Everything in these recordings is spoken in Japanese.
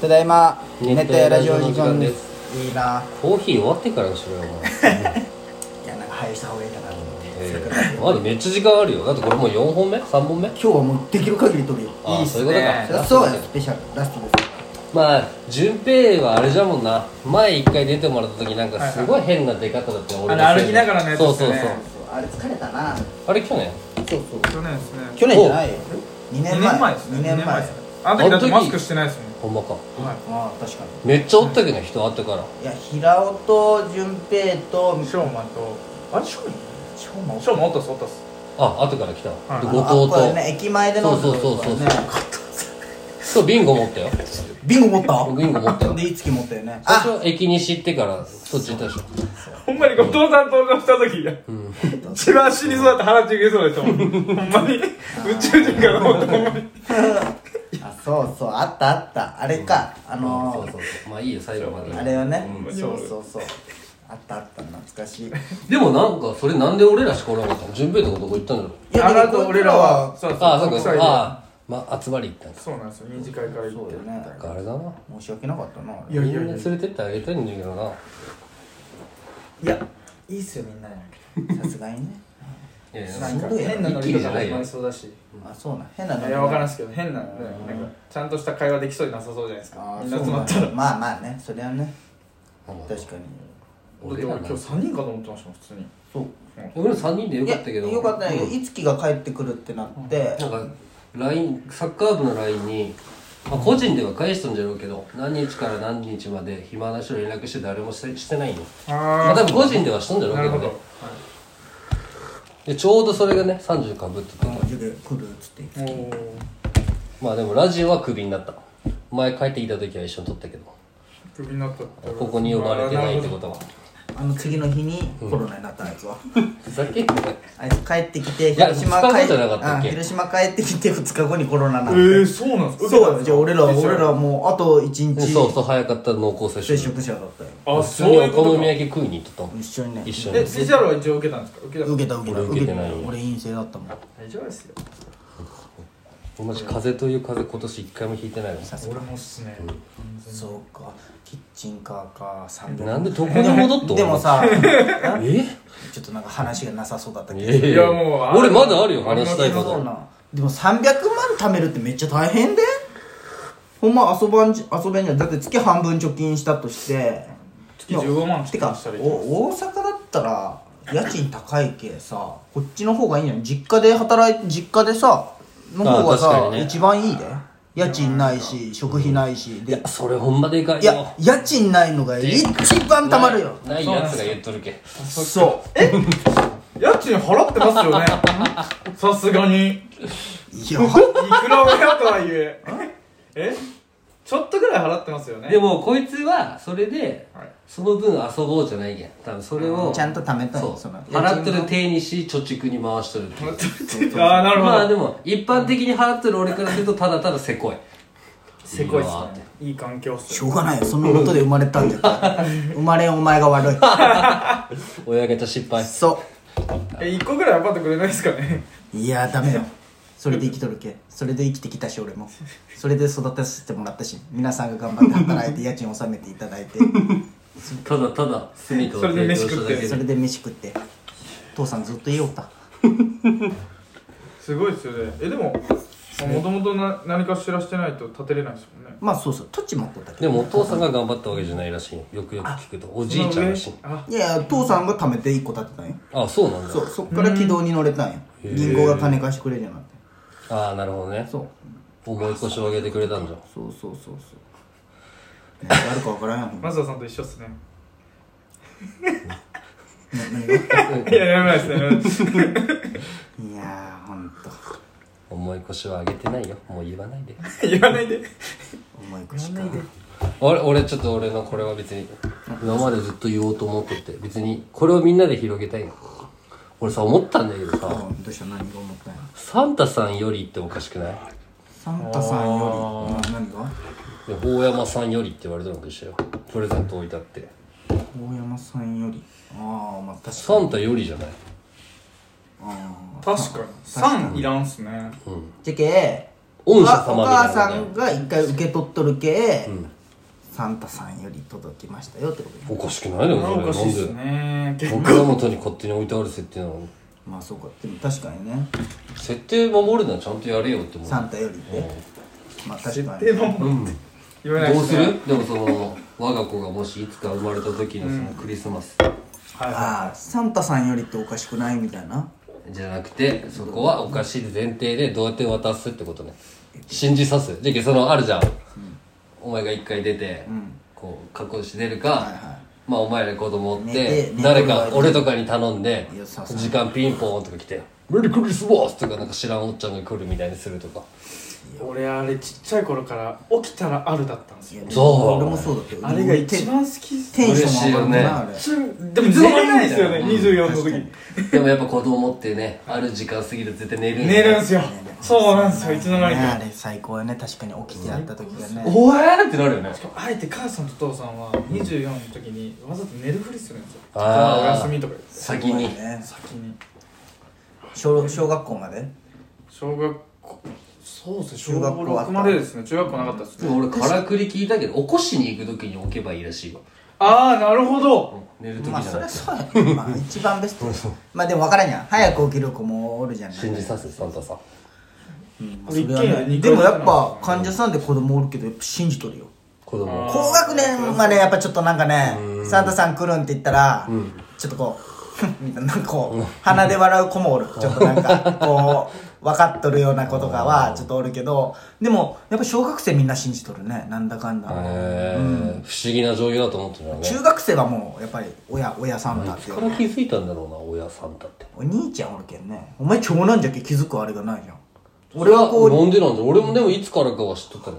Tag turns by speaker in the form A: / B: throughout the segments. A: ただいま
B: 熱
A: 熱
B: 帯
A: 帯
B: ラ
A: ラ
B: ジ
A: ジ
B: オ
A: オ
B: の時
A: 時
B: 間
A: 間
B: で
A: ですすいいな
B: コーヒー終わってからにしろよお前
A: いやなんか配した方がいいかなと思って
B: えーまだめっちゃ時間あるよだってこれもう4本目3本目
A: 今日はもうできる限り撮るよ
B: あー
A: いいっす
B: そういうことか
A: ねそりゃそうやスペシャルラストです
B: まあ順平はあれじゃもんな前一回出てもらった時なんかすごい変な出方だったよ俺の
C: あの
B: せいで
C: 歩きながらのやつ
B: そうそうそう
C: ですよね
A: そうあれ疲れたな
B: あれ去年
A: そうそう
C: 去年ですね
A: 去年じゃないよ2年
C: 2年前
A: 前
C: ですね
A: 2年前
C: ですねあの時だってマスクしてないです
B: ほんまか
C: もんはい
A: ああ確か
B: めっちゃおったけど人あったから
A: にいや平尾と淳平と
C: ショーマとあれショーマ
A: しょうも
C: ショーマおったっすおったっす
B: あ後から来たわ
C: はい
B: で
A: あ
B: 後
A: の
B: 藤
A: あこれ
B: と
A: ね駅前で飲んで
B: そうそうそうそうそうビンゴ持ったよ
A: ビンゴ持った
B: ビンゴ持ったよ
A: でいつき持ったよね
B: 最
A: あ
B: 初駅西行ってからそっち行ったでしょ
C: ほんまに後藤さん登場した時一番死にそうだって腹ちぎれそうでしたもんほんまに宇宙人から思ったほんまに
A: あそうそうあったあったあれかあ
B: そ
A: の
B: う
A: ー
B: そうそうまあいいよ最後まで
A: あれよね
B: うん
A: そうそうそうあったあった懐かしい
B: でもなんかそれなんで俺らしかおらんかったの順平とかどこ行ったんだろう
A: いや
C: あ
A: でも
C: なた俺らはそう
B: ああそう
C: 国
B: か
C: 際で
B: ああまあ集まり行ったんか
C: そうなんですよ二次会から行って
A: そうだよね
B: なんかあれだな
A: 申し訳なかったない
C: や
B: みんな連れてってあげたいんだけどない
C: やいいっすよみんな
A: さすがにね
B: いやいや
A: な
C: なんん
A: か
C: か
A: 変
C: 変
B: な
C: な
B: ノ
C: ノ
B: リ
C: リ
B: とか
C: とか
B: も生まれ
C: そうだし
A: あそうなん変なの
C: いや分からんっすけど変なねなんかちゃんとした会話できそうになさそうじゃないですか
A: あ
C: みん
A: そ
C: な
A: うな
C: 集ま
A: ん
C: ったら
A: だ
C: だ
A: まあまあねそれはね
B: まあ
A: 確かに
C: っ
B: 俺
C: て俺
B: ら
C: 今日
B: 今日
C: 3人かと思ってましたもん普通に
A: そう
B: 俺ら3人でよかったけど
A: いやよかったねいつきが帰ってくるってなって
B: なんか LINE サッカー部の LINE に、まあ、個人では返したんじゃろうけど何日から何日まで暇な人連絡して誰もしてしてないのまあ
C: あ
B: 多分個人ではしたんじゃろう
C: なる
B: けど
C: ほど
B: ねでちょうどそれがね30かぶってた
A: 授業来るっつって
C: おお
B: まあでもラジオはクビになった前帰ってきた時は一緒に撮ったけど
C: クビになったって
B: ここに呼ばれてないってことは
A: あの次の日にコロナになったあいつは
B: ふざけんなよ
A: あいつ帰ってきて
B: いや
A: 広島
B: 二日
A: 帰
B: 後じゃなかったっけ
A: うん広島帰ってきて2日後にコロナな
C: え
A: ん
C: え
A: で
C: ー、そうなんですか
A: そうだじゃあ俺らは俺ら
C: あ
A: はもうあと1
B: でそう
A: 日
B: そう早かったら濃厚接
A: 接
B: 触
A: 触者だったよ
B: 普通
C: そう
B: に
C: い
B: お
C: うこと
B: 好み
C: かえ
B: 焼き食いに行っとったもん
A: 一緒にね
B: 一緒に
C: PCR は一応受けたんですか受けた
A: 受けた受けた
B: 俺受けてないよ
A: 俺陰性だったもん
C: 大丈夫ですよ
B: マジ風邪という風邪今年一回も引いてないの
C: 俺もっすね
A: そうかキッチンカーか300
B: なんでどこに戻っとんの
A: でもさ
B: え
A: ちょっとなんか話がなさそうだったけど
B: い
C: いやもうあ
B: 俺まだあるよ話したいこ
A: そう
B: と
A: なでも300万貯めるってめっちゃ大変でほんま遊ばんじ遊べんじゃんだって月半分貯金したとして
C: 月15万
A: て
C: 貯金
A: か
C: したらいい
A: お大阪だったら家賃高いけさこっちの方がいいんじゃん実家で働いて実家でさの方が
B: あ確か
A: さ、
B: にね
A: 一番いいで家賃ないし食費ないしで
B: それほんまでかい
A: いや
B: よ
A: 家賃ないのが一番たまるよ
B: ないないやつが言っとるけ
A: そう
C: 家賃払ってます よねさすがに
A: いや
C: いくら親とはいええちょっとぐらい払ってますよね
B: でもこいつはそれで
C: はい
B: その分遊ぼうじゃないけん多分それを
A: ちゃんと貯めたい
B: そう
A: その
B: 払ってる手にし貯蓄に回しとるっていう
C: ああなるほど、
B: まあでも一般的に払ってる俺からするとただただせこい
C: せこいっすねいい環境っす
A: し
C: よ
A: ょうがないよそのことで生まれたん だから生まれんお前が悪い
B: 親方失敗
A: そ
C: え一個ぐらい払ってくれないですかね
A: ういやダメよそれで生きとるけそれで生きてきたし俺もそれで育たせてもらったし皆さんが頑張って働いて家賃納めていただいて
B: ただただ住みかを
C: それで
B: 提供し
C: 飯
B: た
C: 食っ
B: だ
C: て
B: け
A: そ
B: で
A: れで飯食って父さんずっと言おうた
C: すごいっすよねえでももともと何かしらしてないと建てれないですもんね
A: まあそうそう土地持っとったけ
B: でもお父さんが頑張ったわけじゃないらしいよよくよく聞くとおじいちゃんらしい
C: あ
A: どいやいや父さんが貯めて1個建てたんよ
B: あそうなんだ
A: そうそっから軌道に乗れたんよ銀行が金貸してくれるようになって
B: ああなるほどね
A: そう
B: 思い越しを上げてくれたんじゃん
A: そうそうそうそう何があるか分 からんやもん
C: 松田さんと一緒っすね
A: 何が
C: いややばいっすね
A: いやーほんと
B: 思い越しは上げてないよもう言わないで
C: 言わないで
A: 思い越しか
B: 俺俺ちょっと俺のこれは別に今までずっと言おうと思っとって別にこれをみんなで広げたいの俺さ思ったんだけどさ
A: うんどうした何が思ったんや
B: サンタさんよりっておかしくない
A: サンタさんよりうん何が
B: で大山さんよりって言われたのと一緒よプレゼント置いたって
A: 大山さんよりああまあ確かに
B: サンタよりじゃない
A: あー
C: 確かに3いらんっすね
A: じゃけ
B: 御
A: お
B: 社様みたいな
A: 母
B: ね
A: さんが一回受け取っとるけ、
B: ん
A: サンタさんより届きましたよってことね
B: おかしくないでも
C: おかし
B: そ
C: い
B: れ
C: っす
B: なんで
C: ね
B: 僕ら元に勝手に置いてある設定なのに
A: まあそうかでも確かにね
B: 設定守るのはちゃんとやれよって思う
A: サンタよりねまあ確かに
C: でも
B: うん
C: 言わない
B: ど
C: で
B: う
C: す
B: す
C: ね
B: るでもその我が子がもしいつか生まれた時のそのクリスマス
C: はいは
A: ああサンタさんよりっておかしくないみたいな
B: じゃなくてそこはおかしい前提でどうやって渡すってことね信じさすじゃあそのあるじゃん、お前が一回出て、こう覚悟して出るか、まあお前ら子供追っ
A: 寝
B: て
A: て寝
B: 誰
A: てもら
B: か
A: える
B: 俺とかに頼んで
A: いやさすが
B: 時間ピンポンとか来て「メリークリスマス!」とかなんか知らんおっちゃんが来るみたいにするとか
C: い俺あれちっちゃい頃から起きたらあるだったんです
A: い
C: よ
A: や
B: そう
A: 俺もそうだけど
C: あれが一番好きっす
A: テンション上がるもんなあれ
B: 嬉
C: ちょでもずっと寝れないですよね24の時に
B: でもやっぱ子供ってねある時間過ぎると絶対寝るんだ
C: 寝
B: よ
C: るんすよそうなんですよいつの間に
A: ねあ
C: か
A: れ最高やね確かに起きてやった時がね
B: おえーってなるよね
C: あえて母さんと父さんは24の時にわざと寝るふりするんですよ
B: あー
C: お休みとか言って
B: 先に
A: ね
C: 先に
A: 小小学校まで
C: 小学校そうですね
A: 中
C: 小
A: 学校あった
C: 6までですね中学校なかったです
B: で
C: ね
B: も俺からくり聞いたけど起こしに行く時に置けばいいらしいよ
C: ああなるほど
B: 寝る時じ
A: まあ
B: ゃ
A: そり
B: な
A: ゃ
B: く
A: そ
B: て
A: うやねまあ一番ベストまあでも分からんやん早く起きる子もおるじゃない
B: 信じさせサンタさん
A: うんまあ
C: こ
A: そ
C: れ
A: れはね
C: 一軒家に
A: でもやっぱ患者さんで子供おるけどやっぱ信じとるよ
B: 子供
C: あー
A: 高学年までやっぱちょっとなんかねサンタさん来るんって言ったらちょっとこう みたいななんかこう鼻で笑う子もおるちょっとなんかこう分かっとるような子とかはちょっとおるけどでもやっぱ小学生みんな信じとるねなんだかんだ
B: へー不思議な女優だと思ってたよね
A: 中学生はもうやっぱり親親サンタって
B: いつ
A: いう
B: から気づいたんだろうな親サンタって
A: お兄ちゃんおるけんねお前長男じゃけ気づくあれがないじゃん
B: 俺
A: 俺
B: は
A: はこう
B: なんでなんだ俺もでもいつからかは知っとったね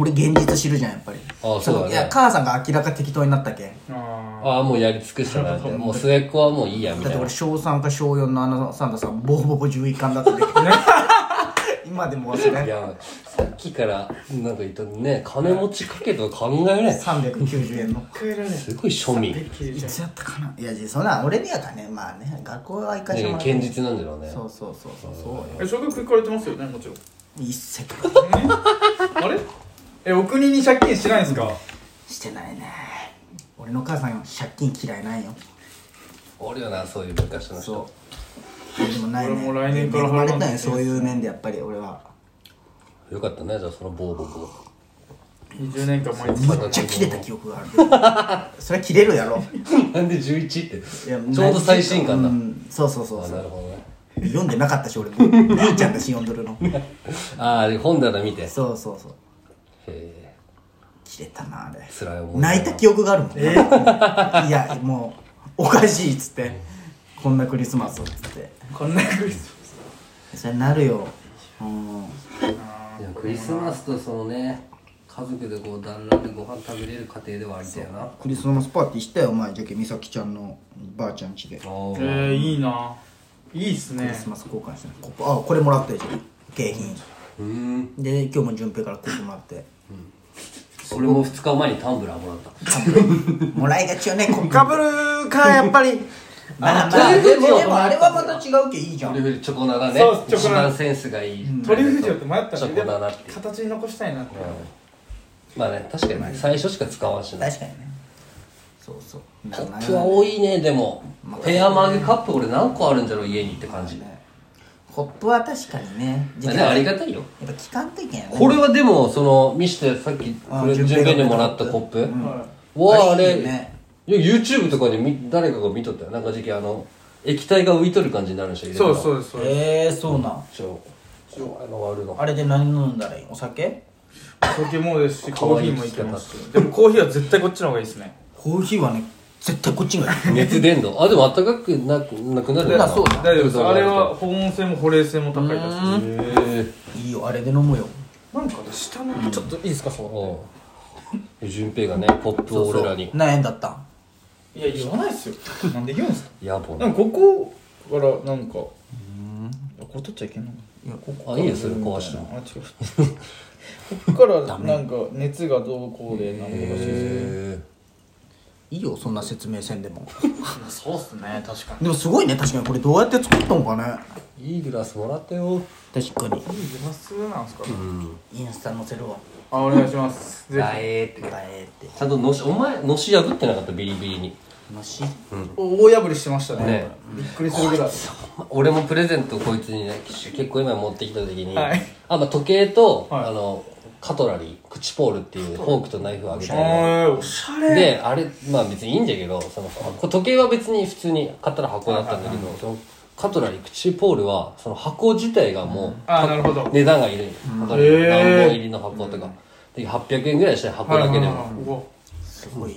A: 俺現実知るじゃんやっぱり
B: ああそうだね
A: いや母さんが明らか適当になったけん
C: あ
B: ああもうやり尽くしたなってもう末っ子はもういいやみ
A: だった
B: い
A: て
B: な
A: 俺小3か小4のあのサンタさんボコボコ11巻だったで 今でも忘れん
B: いやさっきからなんか言ったね金持ちかけとか考えない
A: 390円の
C: あ帰られない
B: すごい庶民
C: 消え
A: い
C: ちゃう
A: つやったかないやそんなん俺にはかねまあね学校は行かしてもら
B: ね堅実なんだろうね
A: そうそうそうそうそうよ
C: え小学校行かれてますよねもちろん
A: 一切
C: あれえお国に借金しないんですか
A: してないね俺の母さん借金嫌いないよ
B: おるよなそういう昔の人
A: うでもないね
C: 俺も来年から
A: 恵まれ
C: 払わな
A: た
C: きゃいけない
A: ね
C: です
A: そういう面でやっぱり俺は
B: よかったねじゃあそのボーボコ
C: 20年間毎
A: め
C: 日
A: っちゃ切れた記憶があるそれは切れるやろ
B: なんで11って
A: いや
B: ちょうど最新刊だ
A: うんそうそうそう
B: あ
A: そ
B: なる
A: う
B: ほどね
A: 読んでなかったし俺も兄ちゃんだし読んどるの
B: ああ本棚見てへ
A: そうそうそう
B: え
A: 切れたなあれ
B: 辛い思い
A: 泣いた記憶があるもん、いやもうおかしいっつってこんなクリスマスをっつって
C: こんなクリス
A: それなるようん
B: いやクリスマスとそのね家族でこう団らんでご飯食べれる家庭ではありたよな
A: クリスマスパーティーしたよお前じゃけ美咲ちゃんのばあちゃん家でク
B: お
C: マス
B: ー
C: えー、いいないいっす
A: リ
C: ね
A: スマス交換したのコップあこれもらったよじゃあ景品
B: うーん
A: で今日も順平からコップもら って
B: 俺も2日前にタンブラーもらった
A: もらいがちよねコップ
C: かぶるかやっぱり
A: まあま
B: あ
A: あ
B: で
A: で
B: も
A: もでもあれはまた違うけいいじゃ
B: ト
A: ん
B: リュフルチョコナナね
C: そうチョ
B: 一
C: コナナ
B: 番センスがいい
C: トリュフジョって迷った
B: チ
C: ん
B: ョ
C: で
B: コナナっていう
C: 形に残したいなって
B: まあね確かに最初しか使わんしな
A: 確かにねそうそう
B: カップは多いねでもペアマグカップ俺何個あるんだろう家にって感じ
A: コップは確かにね
B: まあでもあり
A: やっ
B: がたいよ
A: ぱ期間的やね
B: これはでもその見してさっき
A: あ
B: これ順平にもらったコップ、わああ
A: あれ
B: れ
A: いいよね
B: いや YouTube とかでみ誰かが見とったよなんか時期あの液体が浮いとる感じになるんでしょ入れた
C: そ
B: ら
C: うそうですそうです
A: ええー、そうなん
B: ちょちょあの割るの
A: あれで何飲んだらいいお酒
C: お酒もですし
B: 可
C: コー
B: 愛
C: ヒ
B: い
C: ーもいけますしでもコーヒーは絶対こっちの方がいいですね
A: コーヒーはね絶対こっちがいい
B: 熱伝導あでもあったかくなくなくなるよ
A: そうだ
C: 大丈夫ですあれは保温性も保冷性も高いやつです
B: へえ
A: いいよあれで飲むよ
C: なんかね下の、ちょっといいですかそ
B: おう順平がねコップを俺らに
A: 何円だったん
C: ういや言わないっすよなんで言うんですか
B: 野暮
C: なん
B: な
C: かここからなんかこれ取っちゃいけんのか
A: いやここ
B: あいいよそれ壊しても
C: なあ違う ここからなんか熱がどうこうでなんとかして
B: へえ
A: いいよそんな説明せんでも
D: そうっすね確かに
A: でもすごいね確かにこれどうやって作ったのかね
B: いいグラスもらったよ
A: 確かに
C: 今すぐなんすか
A: インスタ載せるわ
C: あお願いしますぜひ
B: だえーって
A: だえーって
B: ちゃんとのしお前のし破ってなかったビリビリに
A: のし
C: お大破りしてましたね
B: ね
C: びっくりするぐらい
B: 俺もプレゼントこいつにね結構今持ってきた時に、
C: はい
B: あまあ、時計と、
C: はい
B: あのカトラリークチポールっていうフォークとナイフをあげて
C: あーおしゃれ
B: であれまあ別にいいんだけどそのこれ時計は別に普通に買ったら箱だったんだけどそのカトラリークチポールはその箱自体がもう、
C: あなるほど
B: 値段がいるわか
C: へ
B: る
C: ー
B: 何本入りの箱とか、で800円ぐらいした箱だけでも、
C: うわ
A: すごいよ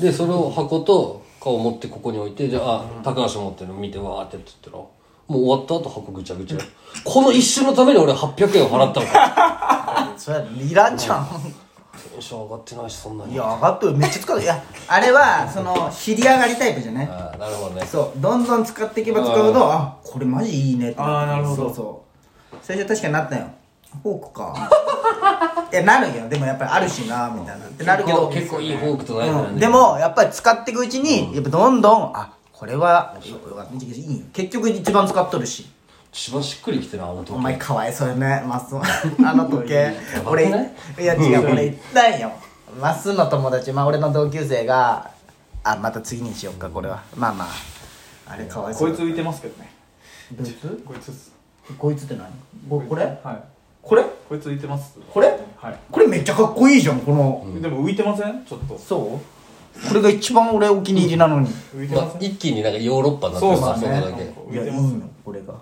B: でそれを箱と顔持ってここに置いてじゃあ高橋持ってるの見てわーってやってったらもう終わった後箱ぐちゃぐちゃこの一瞬のために俺800円を払ったのか
A: それいらんじゃん
B: テンション上がってないしそんないに
A: や
B: あ
A: 上がってるめっちゃ使ういやあれはその知り上がりタイプじゃね
B: ーなるほどね
A: そうどんどん使っていけば使うほどあこれマジいいねって
C: あーなるほど
A: そうそう最初確かになったよフォークかいやなるよでもやっぱりあるしなみたいなってなるけど
B: 結構いいフォークとナイフなん
A: うんでもやっぱり使っていくうちにやっぱどんどんあこれはよよかったいいよ結局一番使っとるし
B: 一番しっくりきてるなあの時
A: お前かわいそうよねマス あの時 計
B: ばく
A: 俺
B: ない
A: いや違う俺言ったんよマスの友達まあ俺の同級生があまた次にしよっかこれはまあまああれかわいそ
C: こ
A: う
C: いつ浮いてますけどね
A: どいつ
C: こいつっす
A: こいつって何ここれ
C: はい
A: これ
C: こいつ浮いてます
A: これ
C: はい
A: これめっちゃかっこいいじゃんこの、
C: でも浮いてませんちょっと
A: そうこれが一番俺お気に入りなのに、
C: 浮いて
B: ま
C: ま
B: あ
C: せん
B: 一気になんかヨーロッパになって
C: そう
B: る
C: っす
B: なそこ
A: ね
B: だけ
A: い
C: 浮
A: や
C: い
A: い
C: て
A: い
C: ます
A: のこれが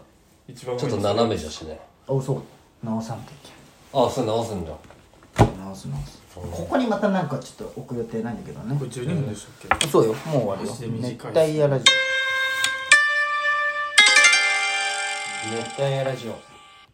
C: 一番
B: ちょっと斜めじゃしね
A: あそう直さんといけん
B: あそれ直すんだ
A: 直す直すここにまたなんかちょっと置く予定ないんだけどね
C: これ12分でしたっ
A: そうよもう終わる
C: マジで短いっす
A: 熱帯夜ラジオ熱帯夜ラジオ